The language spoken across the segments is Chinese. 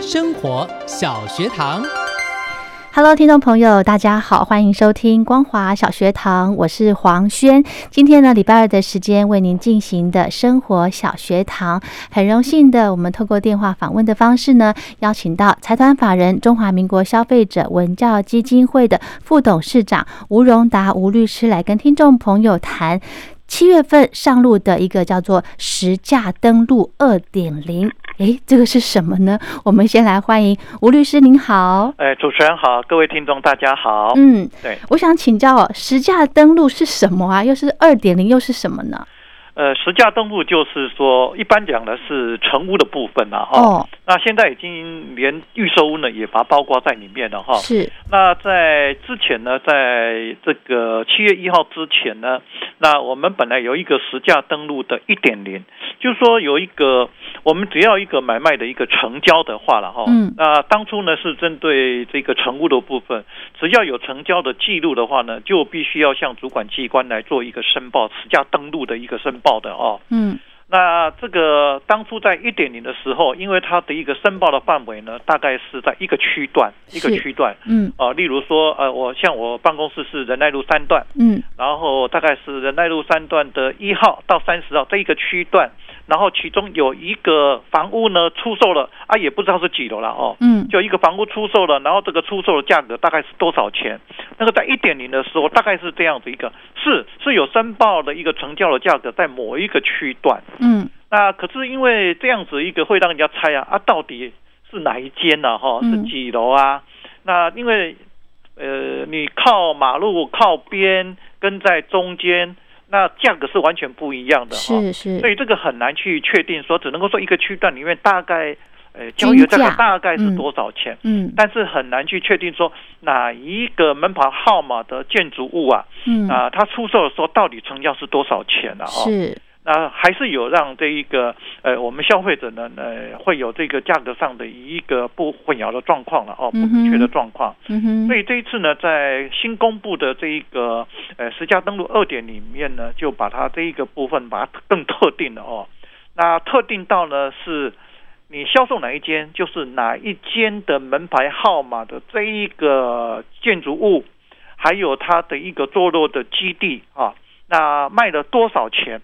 生活小学堂， Hello，听众朋友，大家好，欢迎收听光华小学堂，我是黄轩。今天呢，礼拜二的时间为您进行的生活小学堂，很荣幸的，我们透过电话访问的方式呢，邀请到财团法人中华民国消费者文教基金会的副董事长吴荣达吴律师来跟听众朋友谈。七月份上路的一个叫做“实价登录二点零”，诶，这个是什么呢？我们先来欢迎吴律师，您好。哎，主持人好，各位听众大家好。嗯，对，我想请教哦，实价登录是什么啊？又是二点零，又是什么呢？呃，实价登录就是说，一般讲的是成屋的部分了哈、哦，那现在已经连预售屋呢也把它包括在里面了哈、哦是那在之前呢，在这个七月一号之前呢，那我们本来有一个实价登录的一点零，就是说有一个我们只要一个买卖的一个成交的话了哈、嗯那当初呢是针对这个成屋的部分，只要有成交的记录的话呢，就必须要向主管机关来做一个申报，实价登录的一个申报的哦。嗯那这个当初在一点零的时候，因为它的一个申报的范围呢，大概是在一个区段一个是区段。嗯啊，例如说，呃，我像我办公室是仁爱路三段，嗯然后呃大概是仁爱路三段的一号到三十号这一个区段，然后其中有一个房屋呢出售了，啊，也不知道是几楼了哦，嗯，就一个房屋出售了，然后这个出售的价格大概是多少钱？那个在一点零的时候，大概是这样子一个，是是有申报的一个成交的价格在某一个区段，嗯那可是因为这样子一个会让人家猜啊啊，到底是哪一间呢、哈，嗯是几楼啊？那因为呃，你靠马路靠边跟在中间，那价格是完全不一样的哈、是所是，以这个很难去确定说，只能够说一个区段里面大概呃交易的价均格价大概是嗯多少钱。嗯但是很难去确定说哪一个门牌号码的建筑物啊，嗯啊、它出售的时候到底成交是多少钱呢、啊？哦，是那还是有让这一个呃，我们消费者呢，呃，会有这个价格上的一个不混淆的状况了哦，不嗯哼明确的状况。嗯哼所以这一次呢，在新公布的这一个呃十家登录二点里面呢，就把它这一个部分把它更特定了哦。那特定到呢是。你销售哪一间，就是哪一间的门牌号码的这一个建筑物，还有它的一个坐落的基地啊，那卖了多少钱？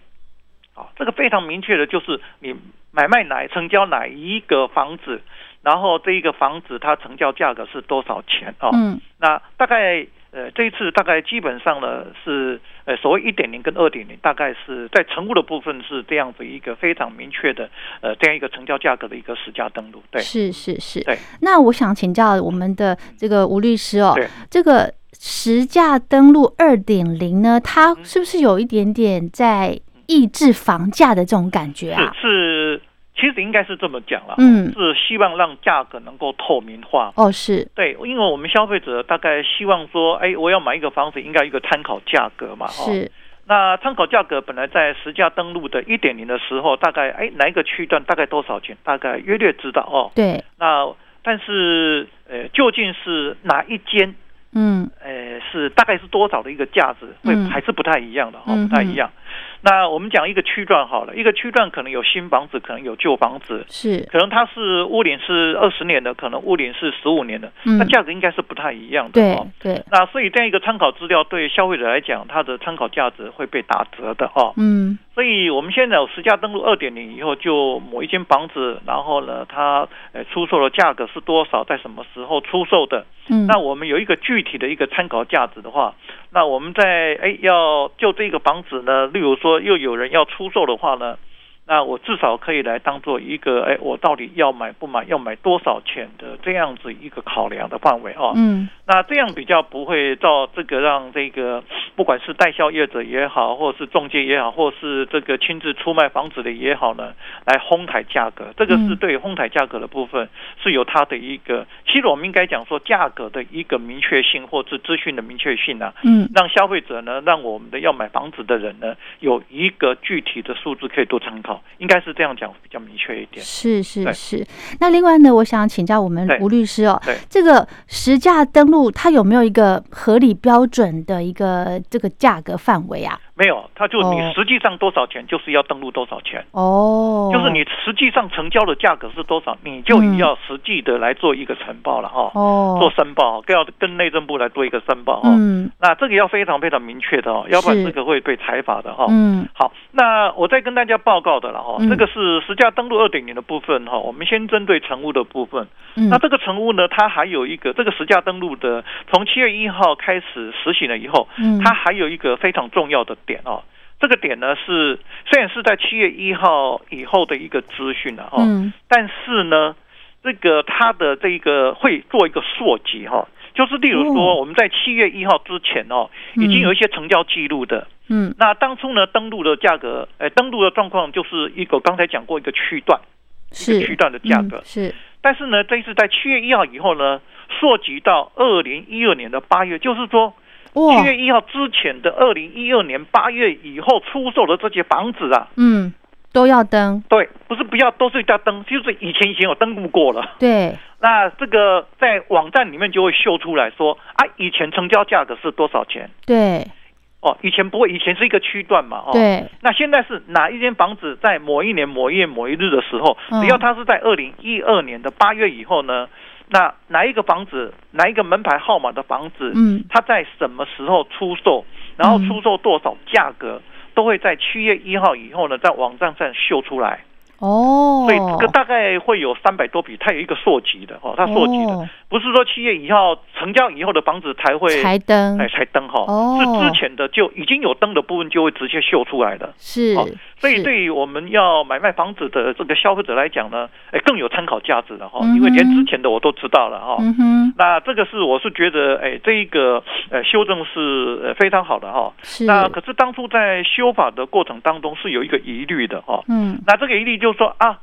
啊，这个非常明确的就是你买卖哪成交哪一个房子，然后这一个房子它成交价格是多少钱啊？嗯那大概呃这一次大概基本上呢是呃所谓一点零跟二点零，大概是在成物的部分是这样子一个非常明确的呃这样一个成交价格的一个实价登录，对。是是是对。那我想请教我们的这个吴律师哦对，这个实价登录二点零呢，嗯它是不是有一点点在抑制房价的这种感觉啊？是是，其实应该是这么讲了，嗯是希望让价格能够透明化。哦，是对，因为我们消费者大概希望说，哎，我要买一个房子，应该有一个参考价格嘛，哦。是，那参考价格本来在实价登录的一点零的时候，大概哎哪一个区段大概多少钱，大概约略知道哦。对，那但是呃，究竟是哪一间嗯呃，是大概是多少的一个价值，会嗯还是不太一样的哈、嗯不太一样。那我们讲一个区段好了，一个区段可能有新房子，可能有旧房子，是，可能它是屋龄是二十年的，可能屋龄是十五年的，嗯那价格应该是不太一样的对哦。对，那所以这样一个参考资料对消费者来讲，它的参考价值会被打折的哦。嗯所以我们现在有实价登录二点零以后，就某一间房子，然后呢，它呃出售的价格是多少，在什么时候出售的，嗯，那我们有一个具体的一个参考价值的话，那我们在哎要就这个房子呢，例如说又有人要出售的话呢，那我至少可以来当做一个哎我到底要买不买，要买多少钱的这样子一个考量的范围啊。嗯那这样比较不会造这个让这个 不管是代销业者也好，或是中介也好，或是这个亲自出卖房子的也好呢，来哄抬价格。这个是嗯对哄抬价格的部分是有它的一个，其实我们应该讲说价格的一个明确性，或是资讯的明确性啊，嗯让消费者呢，让我们的要买房子的人呢，有一个具体的数字可以做参考，应该是这样讲比较明确一点。是是对是。那另外呢，我想请教我们对吴律师哦对，这个实价登录它有没有一个合理标准的一个这个价格范围啊？没有，他就哦你实际上多少钱，就是要登录多少钱。哦，就是你实际上成交的价格是多少，你就嗯要实际的来做一个呈报了哦，做哦，申报，要跟内政部来做一个申报哦。嗯那这个要非常非常明确的哦，要不然是这个会被裁罚的哦。嗯好，那我再跟大家报告的了哦，嗯这个是实价登录二点零的部分哈、哦。我们先针对成屋的部分，嗯那这个成屋呢，它还有一个这个实价登录的，从七月一号开始实行了以后，嗯，它还有一个非常重要的点哦，这个点呢是虽然是在七月一号以后的一个资讯了哦，嗯但是呢，这个它的这一个会做一个溯及哈、哦，就是例如哦说我们在七月一号之前哦，已经有一些成交记录的，嗯那当初呢登录的价格，呃，登录的状况就是一个刚才讲过一个区段，一是个区段的价嗯格是但是呢，这一次在七月一号以后呢，溯及到二零一二年的八月，就是说。哇七月一号之前的二零一二年八月以后出售的这些房子啊，嗯都要登对，不是不要都是要登，就是以前以前有登录过了。对那这个在网站里面就会秀出来说啊，以前成交价格是多少钱？对哦，以前不会，以前是一个区段嘛，哦。对那现在是哪一间房子在某一年某一月某一日的时候，嗯只要它是在二零一二年的八月以后呢，那哪一个房子，哪一个门牌号码的房子，嗯它在什么时候出售，然后出售多少价格，都会在七月一号以后呢，在网站上秀出来。哦，所以这个大概会有三百多笔，它有一个溯及的哦，它溯及的，哦不是说七月一号成交以后的房子才会才登哎才登哈、哦是之前的就已经有登的部分就会直接秀出来的。是哦，所以是对于我们要买卖房子的这个消费者来讲呢，哎，更有参考价值了哈、哦嗯哼因为连之前的我都知道了哦哈、嗯哼那这个是我是觉得，哎，这一个呃修正是呃非常好的哈、是那可是当初在修法的过程当中是有一个疑虑的哈、嗯那这个疑虑就是说啊，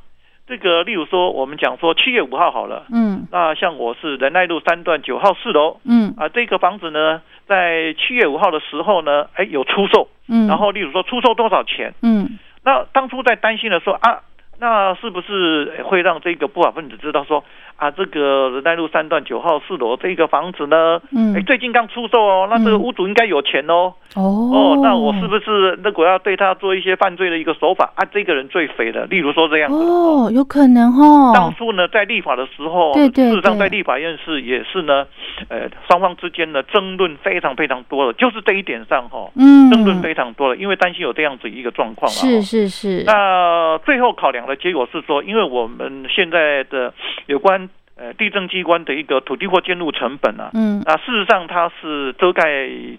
这个例如说我们讲说七月五号好了，嗯那像我是仁爱路三段九号四楼嗯啊，这个房子呢，在七月五号的时候呢，哎有出售，嗯，然后例如说出售多少钱？嗯那当初在担心的说啊。那是不是会让这个不法分子知道说啊，这个仁爱路三段九号四楼这个房子呢，嗯哎，最近刚出售哦，那这个嗯屋主应该有钱哦，哦哦，那我是不是如果要对他做一些犯罪的一个手法啊？这个人最肥的，例如说这样子。哦有可能哦，当初呢，在立法的时候，对对事实上对在立法院是也是呢，呃，双方之间呢争论非常非常多的，就是这一点上哈、哦，嗯争论非常多了，因为担心有这样子一个状况嘛、是哦是是那最后考量的结果是说，因为我们现在的有关呃地政机关的一个土地或建筑成本啊，嗯那事实上它是遮盖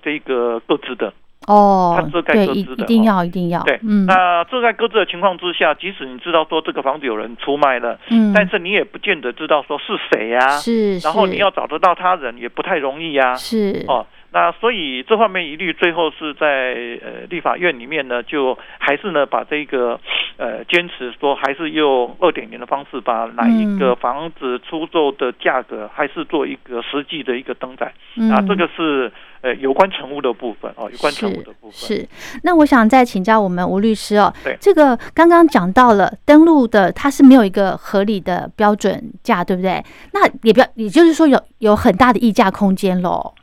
这个各自的，哦它遮盖对各一自一的定哦要一定要对，嗯那这在搁置的情况之下，即使你知道说这个房子有人出卖了，嗯但是你也不见得知道说是谁呀、是啊然后是你要找得到他人也不太容易呀、是哦，那所以这方面疑虑，最后是在呃立法院里面呢，就还是呢把这个呃坚持说，还是用二点零的方式，把哪一个嗯房子出售的价格，还是做一个实际的一个登载、嗯啊，这个是呃有关成物的部分哦，有关成物的部分是是，那我想再请教我们吴律师哦对，这个刚刚讲到了登录的，它是没有一个合理的标准价，对不对？那也不要，也就是说有有很大的溢价空间喽。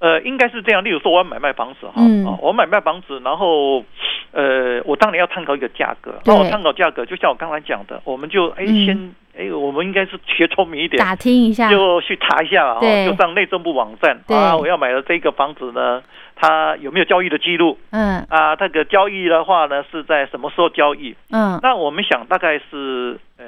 呃，应该是这样。例如说，我要买卖房子哈，嗯啊，我买卖房子，然后，呃，我当然要参考一个价格。对那我参考价格，就像我刚才讲的，我们就哎嗯先哎，我们应该是学聪明一点，打听一下，就去查一下啊，对就上内政部网站对啊，我要买的这个房子呢，它有没有交易的记录嗯啊？这个交易的话呢，是在什么时候交易？嗯那我们想大概是呃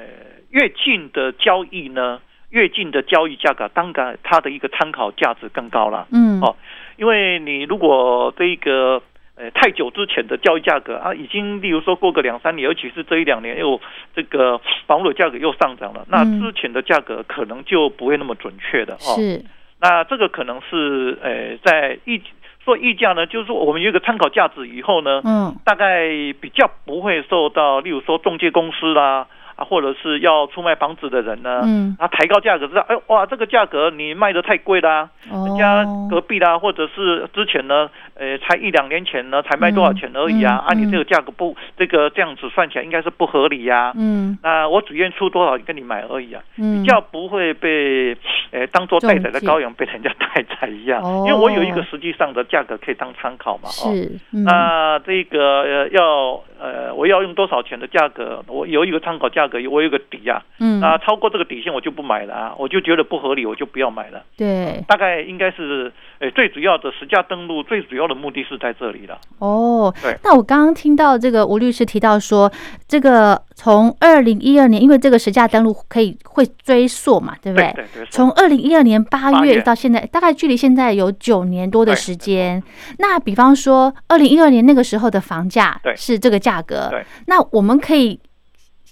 越近的交易呢，越近的交易价格，当然它的一个参考价值更高了。嗯，哦因为你如果这一个呃太久之前的交易价格啊，已经例如说过个两三年，尤其是这一两年又这个房屋的价格又上涨了，那嗯之前的价格可能就不会那么准确的哦。是，那这个可能是呃在议说议价呢，就是说我们有一个参考价值以后呢，嗯大概比较不会受到例如说中介公司啦啊，或者是要出卖房子的人呢。嗯，啊，抬高价格知道，哎哇，这个价格你卖的太贵啦、人家哦，隔壁啦，或者是之前呢，呃，才一两年前呢，才卖多少钱而已嗯嗯啊，啊，你这个价格不，这个这样子算起来应该是不合理呀、嗯那我只愿出多少跟你买而已啊，嗯，啊比较不会被，呃，当做待宰的羔羊被人家待宰一样，哦因为我有一个实际上的价格可以当参考嘛，哦。是，嗯那这个呃要呃，我要用多少钱的价格？我有一个参考价格，我有一个底啊。嗯，那超过这个底线我就不买了啊，我就觉得不合理，我就不要买了。对，大概应该是，诶、最主要的实价登录最主要的目的是在这里了。哦对，那我刚刚听到这个吴律师提到说，这个从二零一二年，因为这个实价登录可以会追溯嘛，对不对对？对对，从二零一二年八八月一月直到现在，大概距离现在有九年多的对时间。那比方说，二零一二年那个时候的房价对是这个价格对，那我们可以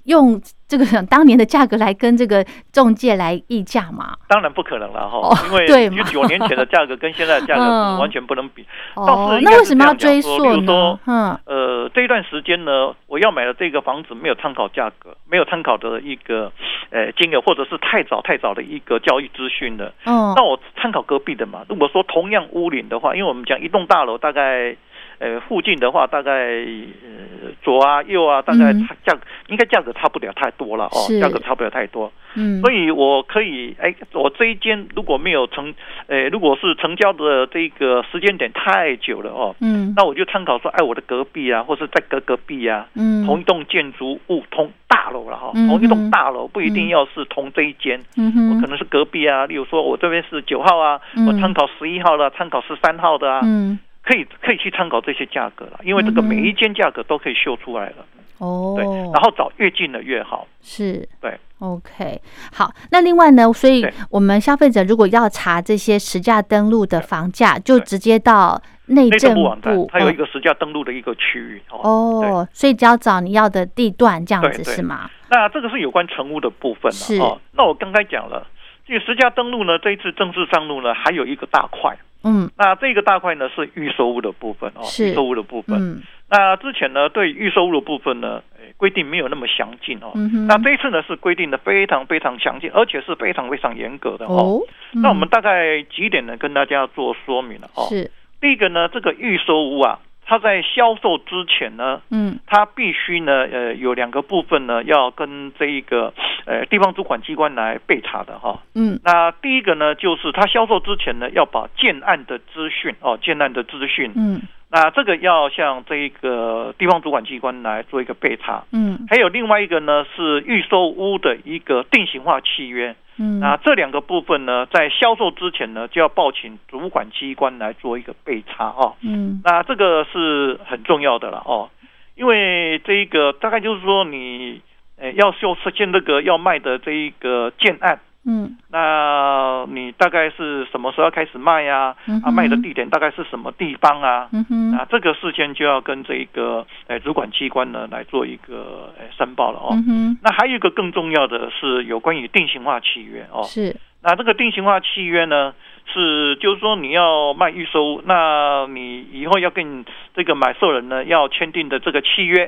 用这个 当年的价格来跟这个中介来议价嘛？当然不可能了哦哈，因为对就嘛九年前的价格跟现在的价格 嗯是完全不能比。倒哦是，应该那为是什么这要样讲追说溯比如呢说？嗯，呃，这一段时间呢，我要买的这个房子没有参考价格，没有参考的一个，呃，金额或者是太早太早的一个交易资讯了。哦那，我参考隔壁的嘛。如果说同样屋龄的话，因为我们讲一栋大楼大概，呃，附近的话大概呃左啊右啊，大概嗯差价、应该价格差不了太多了哦是，价格差不了太多。嗯所，以我可以，哎，我这一间如果没有成，呃，如果是成交的这个时间点太久了哦，嗯，那我就参考说，哎，我的隔壁啊，或是在隔隔壁啊，嗯，同一栋建筑物、同大楼了哈、嗯同一嗯栋大楼不一嗯定要是同这一间。嗯我哼可能是隔壁啊，例如说我这边是九号啊，嗯我参考十一号的、啊参考十三号的啊，嗯，可以可以去参考这些价格了，因为这个嗯哼每一间价格都可以秀出来了，哦，对，然后找越近的越好，是，对，OK，好，那另外呢，所以对我们消费者如果要查这些实价登录的房价，就对直接到内内政政部网站它有一哦个实价登录的一个区域哦。哦，所以只要找你要的地段这样对子对是吗？那这个是有关成屋的部分是了哦。那我刚才讲了，这个实价登录呢，这一次正式上路呢，还有一个大块。嗯那这个大块呢是预售屋的部分哦，是预售屋的部分。嗯那之前呢，对预售屋的部分呢，诶规定没有那么详尽哦。嗯哼，那这一次呢是规定的非常非常详尽，而且是非常非常严格的哦。哦，那我们嗯大概几点呢跟大家做说明了哦。是第一个呢，这个预售屋啊，它在销售之前呢，嗯它必须呢呃有两个部分呢要跟这一个呃地方主管机关来备查的哈、嗯那第一个呢，就是它销售之前呢，要把建案的资讯哦，建案的资讯，嗯那这个要向这一个地方主管机关来做一个备查。嗯还有另外一个呢是预售屋的一个定型化契约。嗯那这两个部分呢，在销售之前呢，就要报请主管机关来做一个备查哦。嗯那这个是很重要的了哦，因为这一个大概就是说你呃要修建这个要卖的这一个建案。嗯那你大概是什么时候要开始卖呀、嗯啊？哼卖的地点大概是什么地方啊？嗯哼啊，这个事先就要跟这一个呃主管机关呢来做一个呃申报了哦。嗯哼那还有一个更重要的是有关于定型化契约哦。是那这个定型化契约呢，是就是说你要卖预售，那你以后要跟这个买受人呢要签订的这个契约，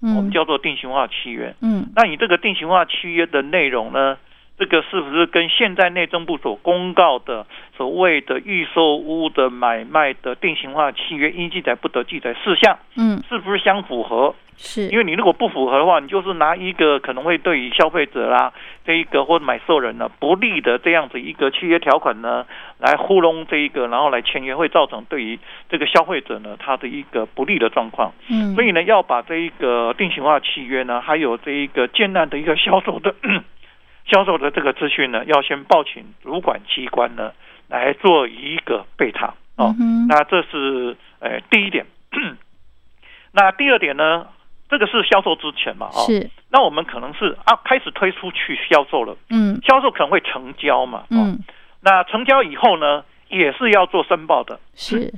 哦我们嗯叫做定型化契约。嗯那你这个定型化契约的内容呢？这个是不是跟现在内政部所公告的所谓的预售屋的买卖的定型化契约应记载不得记载事项，嗯是不是相符合？是因为你如果不符合的话，你就是拿一个可能会对于消费者啦、这一个或买受人呢不利的这样子一个契约条款呢，来糊弄这一个，然后来签约，会造成对于这个消费者呢他的一个不利的状况。嗯所以呢，要把这一个定型化契约呢，还有这一个建案的一个销售的 销售的这个资讯呢，要先报请主管机关呢来做一个备查哦。嗯哼 那这是呃第一点。那第二点呢，这个是销售之前嘛，哦，是，那我们可能是啊开始推出去销售了，嗯销售可能会成交嘛，哦，嗯，那成交以后呢，也是要做申报的， 是，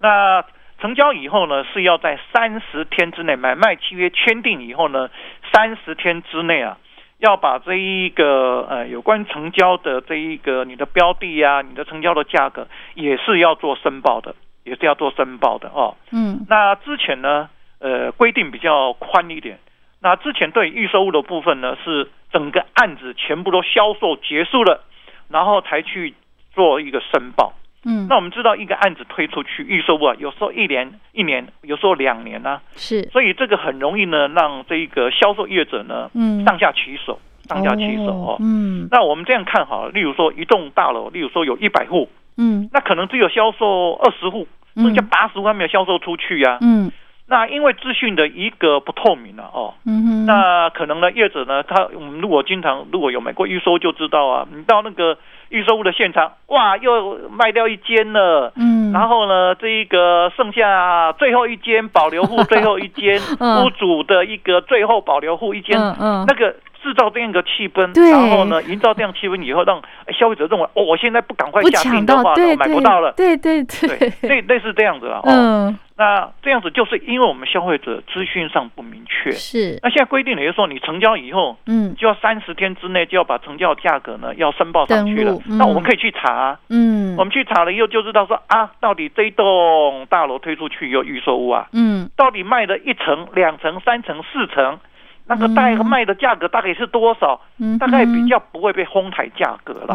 那成交以后呢，是要在三十天之内，买卖契约签订以后呢，三十天之内啊，要把这一个呃有关成交的这一个你的标的啊，你的成交的价格也是要做申报的，也是要做申报的哦。嗯那之前呢，呃，规定比较宽一点。那之前对预售物的部分呢，是整个案子全部都销售结束了，然后才去做一个申报。嗯那，我们知道一个案子推出去预售物啊，有时候一年、一年，有时候两年啊，是，所以这个很容易呢，让这个销售业者呢嗯，上下其手，上下其手哦。嗯那我们这样看好了，例如说一栋大楼，例如说有一百户，嗯那可能只有销售二十户，嗯剩下八十户还没有销售出去呀、嗯那因为资讯的一个不透明了、哦，嗯哼，那可能呢，业者呢，他我们如果经常如果有买过预售就知道啊，你到那个预售物的现场，哇，又卖掉一间了。嗯，然后呢，这一个剩下最后一间保留户，最后一间、 嗯屋主的一个最后保留户一间，嗯嗯那个制造这样一个气氛，对然后呢，营造这样气氛以后，让消费者认为哦，我现在不赶快不下抢定的到，话，对我买对不到了。对对对， 类类似这样子啊。哦，嗯那这样子就是因为我们消费者资讯上不明确。是，那现在规定，也就是说，你成交以后，嗯就要三十天之内就要把成交价格呢要申报上去登了录。嗯那我们可以去查啊，嗯我们去查了以后就知道说啊，到底这一栋大楼推出去有预售屋啊，嗯到底卖了一层、两层、三层、四层，那个大嗯卖的价格大概是多少？嗯，大概比较不会被哄抬价格了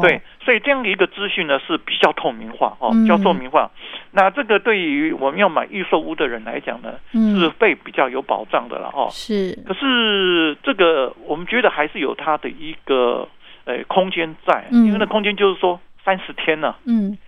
哦，对，所以这样的一个资讯呢是比较透明化哦，嗯比较透明化。那这个对于我们要买预售屋的人来讲呢，是嗯会比较有保障的了哦。是，可是这个我们觉得还是有它的一个呃空间在，嗯因为那空间就是说三十天呢、嗯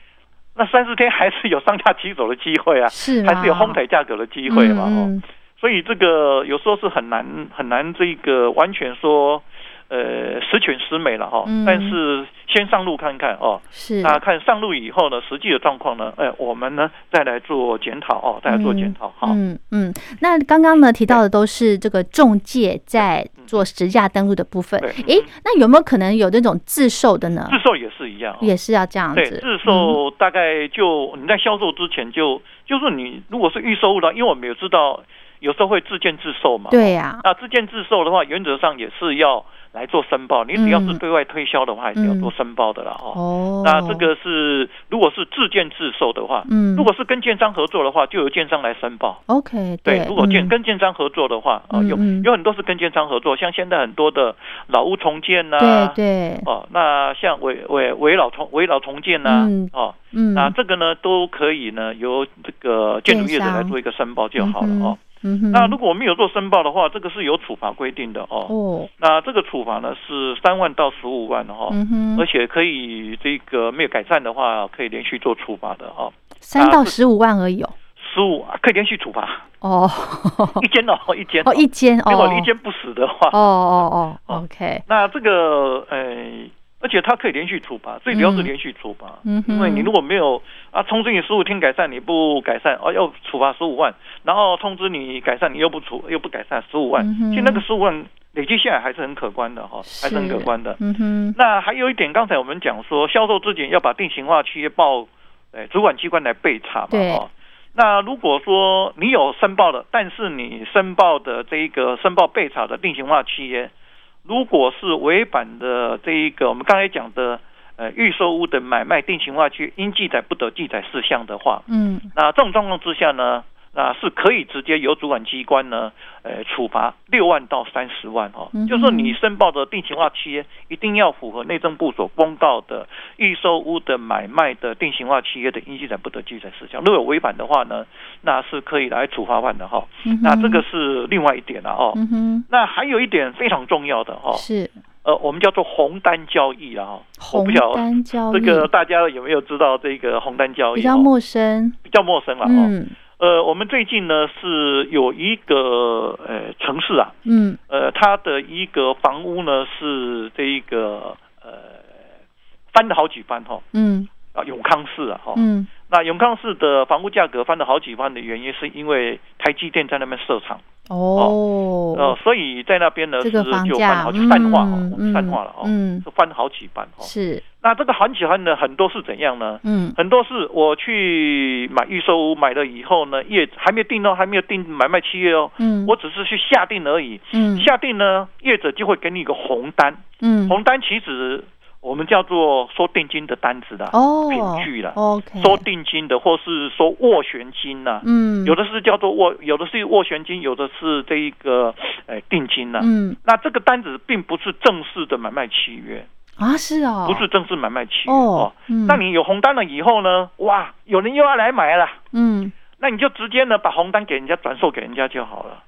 那三十天还是有上下起手的机会啊，是，还是有哄抬价格的机会嘛哦。嗯所以这个有时候是很难很难这个完全说，呃，十全十美了哈、嗯但是先上路看看哦，是那看上路以后呢，实际的状况呢，哎，我们呢再来做检讨哦，再来做检讨哈。嗯嗯，那刚刚呢提到的都是这个中介在做实价登录的部分。对嗯诶，那有没有可能有那种自售的呢？自售也是一样、哦。也是要这样对，子。嗯自售大概就你在销售之前就就是你如果是预售物的话，因为我们也知道有时候会自建自售嘛嗯。。对呀、那自建自售的话，原则上也是要来做申报。你只要是对外推销的话，还是要做申报的啦。哦。嗯哦，那这个是如果是自建自售的话，嗯，如果是跟建商合作的话，就由建商来申报。 OK 对，如果建嗯跟建商合作的话，啊，有嗯嗯有很多是跟建商合作，像现在很多的老屋重建呐，对对哦，那像围围围老重围老重建呐、嗯哦，嗯那这个呢都可以呢由这个建筑业者来做一个申报就好了哦。嗯哼那如果我们有做申报的话，这个是有处罚规定的哦。哦那这个处罚呢是三万到十五万哦。嗯而哼且可以，这个没有改善的话，可以连续做处罚的哦，三啊到是十五万而已哦十五可以连续处罚哦一间哦，一间哦 一间如哦果一间不死的话，哦哦哦 OK 那这个呃，而且它可以连续处罚，最主要是嗯连续处罚。嗯哼因为你如果没有啊，通知你十五天改善，你不改善，哦，要处罚十五万，然后通知你改善，你又不处又不改善，十五万嗯，哼其实那个十五万累积下来还是很可观的哈、还是很可观的。嗯哼那还有一点，刚才我们讲说，销售之前要把定型化契约报，呃，主管机关来备查嘛，对哦。那如果说你有申报的，但是你申报的这一个申报备查的定型化契约，如果是违反的这一个我们刚才讲的呃预售屋的买卖定型化契约应记载不得记载事项的话，嗯那这种状况之下呢，那是可以直接由主管机关呢，呃，处罚六万到三十万哦。嗯哼就是说你申报的定型化契约一定要符合内政部所公告的预售屋的买卖的定型化契约的应记载不得记载事项。如果有违反的话呢，那是可以来处罚万的哈、嗯哼那这个是另外一点了、哦。嗯哼那还有一点非常重要的哦，是呃，我们叫做红单交易啊、哦。我红不晓得单交这易个大家有没有知道这个红单交易、哦？比较陌生比较陌生了哦。嗯呃，我们最近呢是有一个呃城市啊，嗯呃，它的一个房屋呢是这一个呃翻了好几番哈、嗯啊，永康市啊哈、嗯那永康市的房屋价格翻了好几番的原因，是因为台积电在那边设厂，哦呃，，所以在那边呢这个是房就翻价好几泛化嗯哦，泛化了哦，嗯是翻好几番哦。是，那这个好几番呢，很多是怎样呢？嗯很多是我去买预售屋，买了以后呢，业还没有定哦，还没有定买卖契约哦，嗯，我只是去下定而已。嗯下定呢，业者就会给你一个红单，嗯红单其实我们叫做收定金的单子啦，哦凭据啦，OK，收定金的，或是收斡旋金呐、嗯有的是叫做斡，有的是斡旋金，有的是这一个呃定金呐、嗯那这个单子并不是正式的买卖契约，啊是哦，不是正式买卖契约哦哦。，嗯那你有红单了以后呢？哇，有人又要来买了，嗯那你就直接呢把红单给人家转售给人家就好了，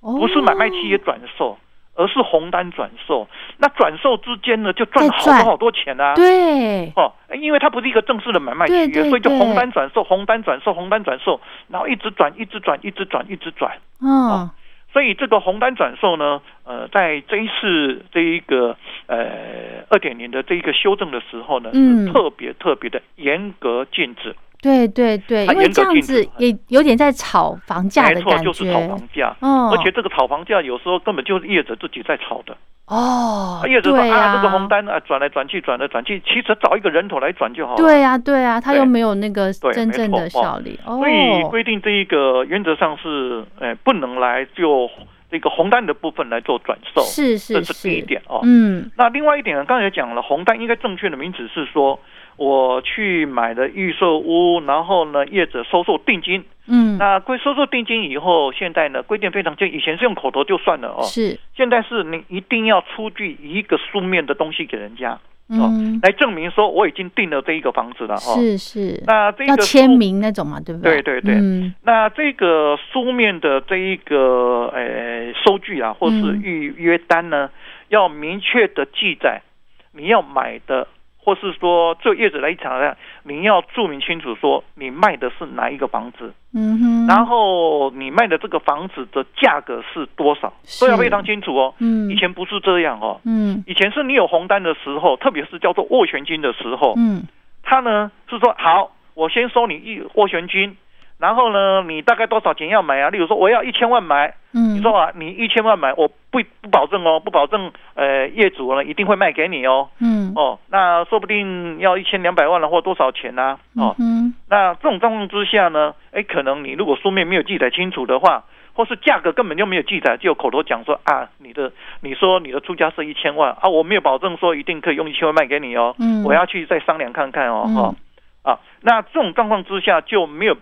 哦不是买卖契约转售，而是红单转售。那转售之间呢就赚了好再多赚好多钱啊！对哦，因为它不是一个正式的买卖契对约，对所以就对红单转售、红单转售、红单转售，然后一直转、一直转、一直转、一直转。嗯哦所以这个红单转售呢，呃，在这一次这一个呃二点零的这一个修正的时候呢，嗯是特别特别的严格禁止，对对对，它因为严这格样禁子止也有点在炒房价没的错，感就是炒觉房，价。嗯，而且这个炒房价有时候根本就是业者自己在炒的，哦，业者说对呀啊，这个红单啊转来转去，转来转去，其实找一个人头来转就好了。对呀、对呀、它又哦对没有那个对真没正错的哦效力哦。所以规定这一个原则上是，呃，不能来就这个红单的部分来做转售，哦是是这是第一点哦。嗯那另外一点呢，刚才也讲了，红单应该正确的名词是说，我去买了预售屋，然后呢，业者收受定金。嗯，那归收受定金以后，现在呢规定非常就以前是用口头就算了哦，是现在是你一定要出具一个书面的东西给人家嗯、来证明说我已经订了这一个房子了哦。是是，那这个要书签名那种嘛，对不对？对对对嗯那这个书面的这一个呃收据啊，或是嗯预约单呢，要明确的记载你要买的，或是说就业者来讲呢，你要注明清楚说你卖的是哪一个房子，嗯哼，然后你卖的这个房子的价格是多少，都要是非常清楚哦。嗯以前不是这样哦，嗯以前是你有红单的时候，特别是叫做斡旋金的时候，嗯他呢是说好，我先收你一斡旋金，然后呢，你大概多少钱要买啊？例如说我要一千万买，嗯，你说啊，你一千万买，我不不保证哦，不保证呃业主呢一定会卖给你哦，嗯哦，那说不定要一千两百万了或多少钱呐、哦，嗯那这种状况之下呢，哎，可能你如果书面没有记载清楚的话。或是价格根本就没有记载，就口头讲说啊，你的你说你的出价是一千万啊，我没有保证说一定可以用一千万卖给你哦，嗯，我要去再商量看看哦，嗯哦，啊，那这种状况之下就没有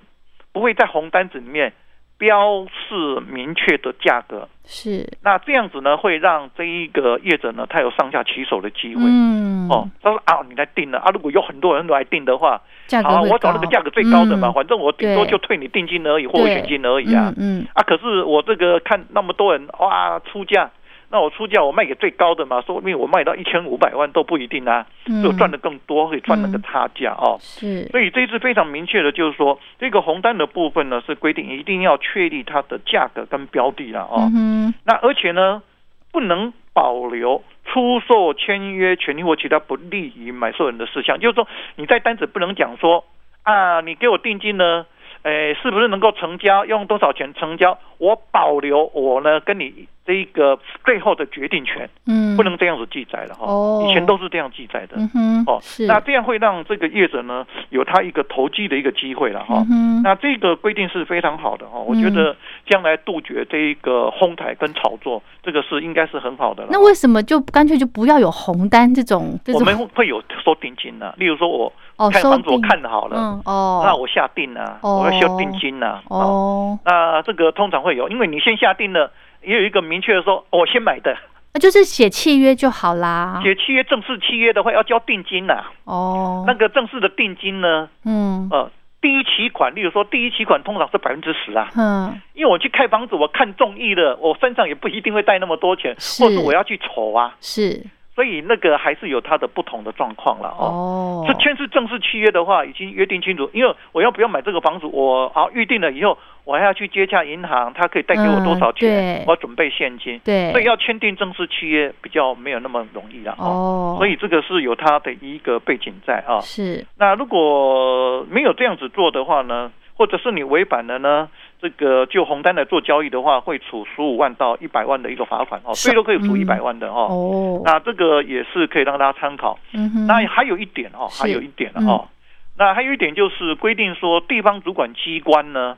不会在红单子里面标示明确的价格，是那这样子呢会让这一个业者呢他有上下其手的机会。嗯哦，他说啊，你来定了啊！如果有很多人来定的话，价格好啊，会我找那个高价格最高的嘛，嗯反正我顶多对就退你定金而已，或对选金而已啊。嗯嗯啊，可是我这个看那么多人哇出价，那我出价我卖给最高的嘛，说不定我卖到一千五百万都不一定啊。嗯，就赚的更多，可以赚那个差价哦。是所以这一次非常明确的，就是说这个红单的部分呢，是规定一定要确立它的价格跟标的了哦。嗯哼那而且呢，不能保留出售签约权利或其他不利于买受人的事项，就是说你在单子不能讲说啊，你给我定金呢。诶，是不是能够成交？用多少钱成交？我保留我呢跟你这一个最后的决定权，嗯不能这样子记载了哈、哦以前都是这样记载的。嗯哼哦，是那这样会让这个业者呢有他一个投机的一个机会了哈、嗯哼那这个规定是非常好的哈、哦，我嗯觉得将来杜绝这一个哄抬跟炒作，这个是应该是很好的了。那为什么就干脆就不要有红单这种这我种们会会有收定金呢、例如说我哦看收房子我定看好了，嗯哦那我下定啊，哦我要修定金呐、啊。哦，哦，那这个通常会有，因为你先下定了，也有一个明确的说，哦我先买的，那就是写契约就好啦。写契约正式契约的话要交定金呐、哦，那个正式的定金呢，嗯呃，第一期款，例如说第一期款通常是百分之十啊，哼因为我去开房子，我看中意了，我身上也不一定会带那么多钱，是或是我要去筹啊，是，所以那个还是有它的不同的状况了哦。哦这签是正式契约的话，已经约定清楚，因为我要不要买这个房子，我啊预定了以后，我还要去接洽银行，它可以贷给我多少嗯对钱，我要准备现金，对，所以要签订正式契约比较没有那么容易了哦。哦，所以这个是有它的一个背景在啊。是那如果没有这样子做的话呢，或者是你违反了呢，这个就红单来做交易的话，会处十五万到一百万的一个罚款哦，是最多可以处嗯一百万的哦。哦，那这个也是可以让大家参考。嗯哼，那还有一点哦，是嗯还有一点哦，那还有一点就是规定说，地方主管机关呢，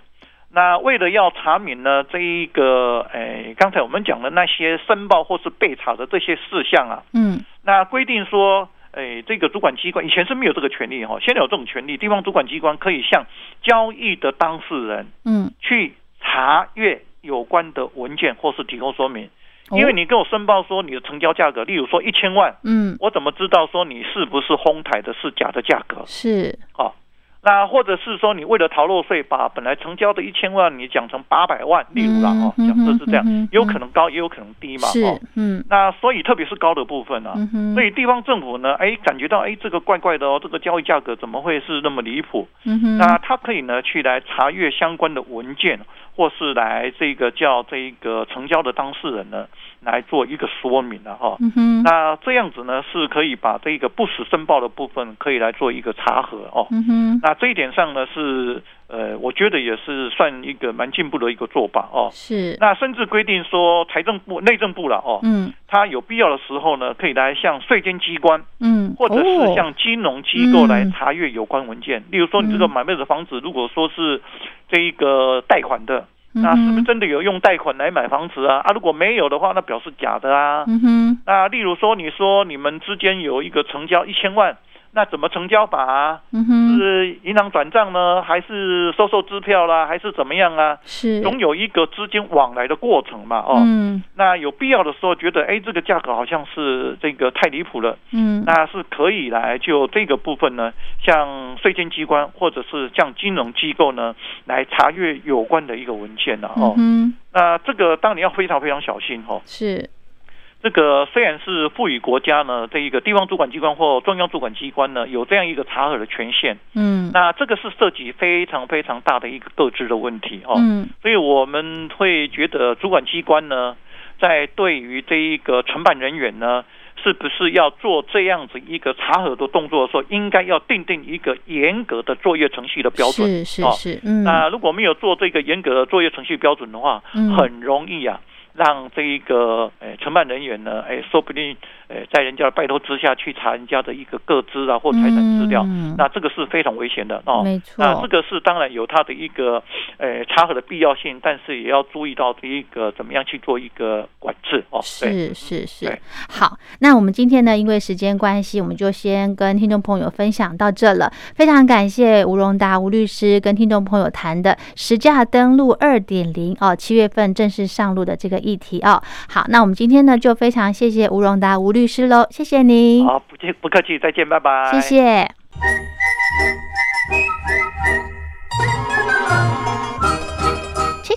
那为了要查明呢这一个，诶，刚才我们讲的那些申报或是被查的这些事项啊，嗯那规定说，诶，这个主管机关以前是没有这个权利哈、哦，现在有这种权利，地方主管机关可以向交易的当事人嗯，去查阅有关的文件或是提供说明，哦因为你跟我申报说你的成交价格，例如说一千万，嗯我怎么知道说你是不是哄抬的是假的价格？是哦，那或者是说你为了逃漏税，把本来成交的一千万你讲成八百万，例如啦哦，嗯假设嗯是这样嗯嗯，有可能高也有可能低嘛是哦。嗯那所以特别是高的部分啊，嗯哼，所以地方政府呢，哎，感觉到哎，这个怪怪的哦，这个交易价格怎么会是那么离谱？嗯哼那他可以呢去来查阅相关的文件，或是来这个叫这个成交的当事人呢来做一个说明的哈。嗯哼那这样子呢是可以把这个不实申报的部分可以来做一个查核哦。嗯哼那这一点上呢是呃，我觉得也是算一个蛮进步的一个做法哦。是那甚至规定说财政部、内政部了哦，嗯他有必要的时候呢，可以来向税监机关嗯或者是哦向金融机构来嗯查阅有关文件。例如说，你这个嗯买卖的房子，如果说是这一个贷款的，那是不是嗯哼真的有用贷款来买房子啊？啊，如果没有的话，那表示假的啊。嗯哼那例如说，你说你们之间有一个成交一千万，那怎么成交法啊？嗯哼是银行转账呢，还是收受支票啦，还是怎么样啊？是总有一个资金往来的过程嘛，哦。嗯那有必要的时候，觉得哎，这个价格好像是这个太离谱了，嗯那是可以来就这个部分呢，向税监机关或者是向金融机构呢来查阅有关的一个文件了、哦。嗯哼那这个当然要非常非常小心哦。是这个虽然是赋予国家呢这一个地方主管机关或中央主管机关呢有这样一个查核的权限，嗯那这个是涉及非常非常大的一个各自的问题哦。嗯所以我们会觉得主管机关呢，在对于这一个承办人员呢，是不是要做这样子一个查核的动作的时候，应该要定定一个严格的作业程序的标准。是是哦是嗯那如果没有做这个严格的作业程序标准的话，嗯很容易啊。让这一个诶承办人员呢，诶，说不定诶在人家的拜托之下去查人家的一个个资啊或财产资料，嗯那这个是非常危险的哦。没那错这个是当然有它的一个呃查核的必要性，但是也要注意到这一个怎么样去做一个管制哦。对，是是是对，好，那我们今天呢，因为时间关系，我们就先跟听众朋友分享到这了。非常感谢吴荣达吴律师跟听众朋友谈的实价登录二点零哦，七月份正式上路的这个议题哦。好，那我们今天呢，就非常谢谢吴荣达吴律师喽，谢谢您，好，不见不客气，再见，拜拜。谢谢。吹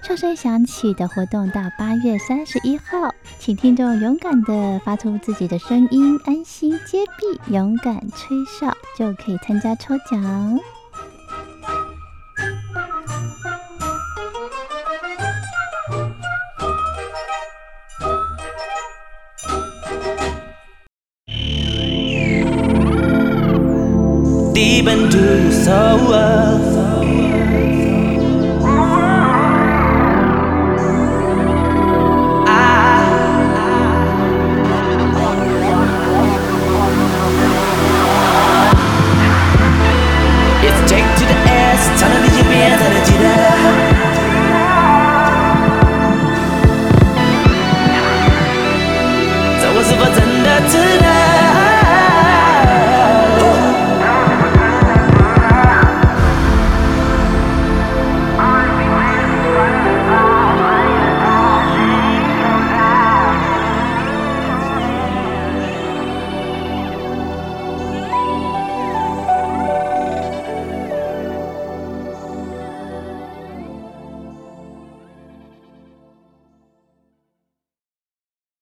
哨声响起的活动到八月三十一号。请听众勇敢地发出自己的声音，安心接币，勇敢吹哨，就可以参加抽奖。 deep into your soul. つな